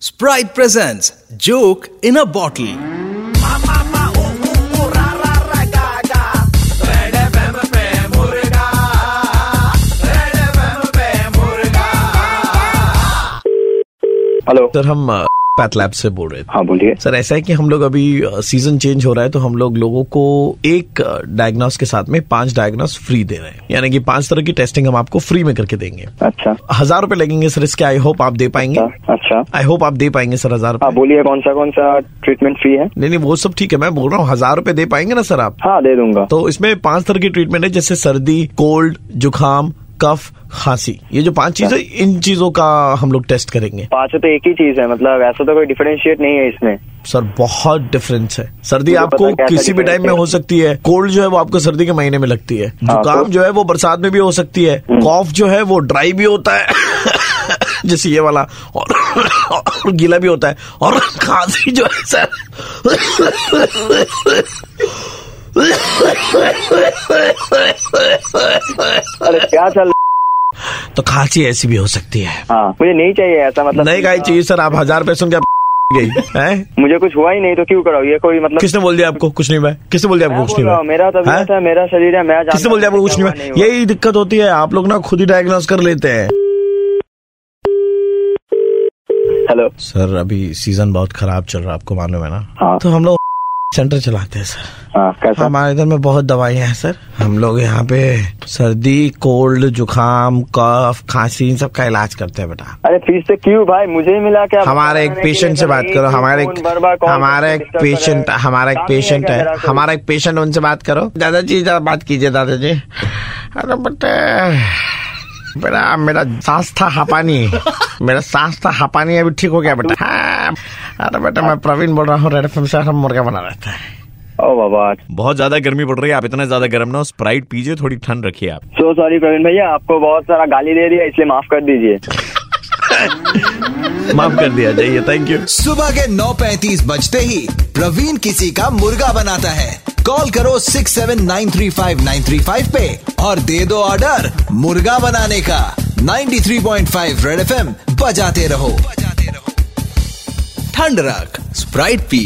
Sprite presents Joke in a Bottle. Hello sir हम path lab से बोल रहे थे हाँ बोलिए सर ऐसा है कि हम लोग अभी सीजन चेंज हो रहा है तो हम लोग लोगों को एक डायग्नोस के साथ में पांच डायग्नोस फ्री दे रहे हैं यानी कि पांच तरह की टेस्टिंग हम आपको फ्री में करके देंगे अच्छा हजार रुपए लगेंगे सर इसके आई होप आप दे पाएंगे अच्छा, अच्छा आई होप आप दे पाएंगे सर हजार हाँ रुपए बोलिए कौन सा कौन सा ट्रीटमेंट फ्री है नहीं नहीं वो सब ठीक है मैं बोल रहा हूँ हजार रुपए दे पाएंगे ना सर आप हाँ दे दूंगा तो इसमें पांच तरह की ट्रीटमेंट है जैसे सर्दी कोल्ड जुकाम कफ खांसी ये जो पांच चीजें इन चीजों का हम लोग टेस्ट करेंगे पाँचों तो एक ही चीज है मतलब ऐसा तो कोई डिफरेंशिएट नहीं है इसमें सर बहुत डिफरेंस है सर्दी मुझे आपको पता क्या किसी भी सर्दी टाइम में है। हो सकती है कोल्ड जो है वो आपको सर्दी के महीने में लगती है हाँ, जुकाम तो- हम्म। जो है वो बरसात में भी हो सकती है कॉफ जो है वो ड्राई भी होता है जैसे ये वाला और, और गीला भी होता है और खांसी जो है सर अरे क्या चल तो खांसी ऐसी भी हो सकती है हाँ मुझे नहीं चाहिए ऐसा मतलब नहीं गाय चाहिए सर आप हजार रुपए सुन के आप गई है मुझे कुछ हुआ ही नहीं तो क्यों कराओ ये कोई मतलब किसने बोल दिया आपको कुछ नहीं हुआ है? किसने बोल दिया मैं आपको कुछ बोल नहीं रहा हुआ हूँ, मेरा है? तबीयत है मेरा शरीर है मैं जानता किसने हाँ? बोल दिया हूँ आपको कुछ क्या नहीं हुआ, हुआ यही दिक्कत होती है आप लोग ना खुद ही डायग्नोस कर लेते हैं हुआ। हेलो सर अभी सीजन बहुत खराब चल रहा है आपको मालूम है ना हाँ तो हम लोग सेंटर चलाते हैं सर हाँ कैसा हमारे इधर में बहुत दवाइयाँ हैं सर हम लोग यहाँ पे सर्दी कोल्ड जुकाम कफ खांसी इन सब का इलाज करते हैं बेटा अरे फीस तो क्यों भाई मुझे ही मिला क्या हमारे एक पेशेंट से बात करो हमारे एक हमारा एक पेशेंट हमारा एक पेशेंट है हमारा एक पेशेंट उनसे बात करो दादाजी जरा बात कीजिए दादाजी अरे बेटे बेटा मेरा सांस था हापानी मेरा सांस था हापानी अभी ठीक हो गया बेटा हाँ। अरे बेटा मैं प्रवीण बोल रहा हूँ रेड एफ से हम मुर्गा बना रहता है ओ बाबा बहुत ज्यादा गर्मी पड़ रही है आप इतना ज्यादा गर्म ना हो, स्प्राइट पीजिए थोड़ी ठंड रखिए आप सो सॉरी प्रवीण भैया आपको बहुत सारा गाली दे रही है इसलिए माफ कर दीजिए माफ कर दिया जाइए थैंक यू सुबह के 9:35 बजते ही प्रवीण किसी का मुर्गा बनाता है कॉल करो 6793595 पे और दे दो ऑर्डर मुर्गा बनाने का 93.5 रेड एफएम बजाते रहो ठंड रख स्प्राइट पी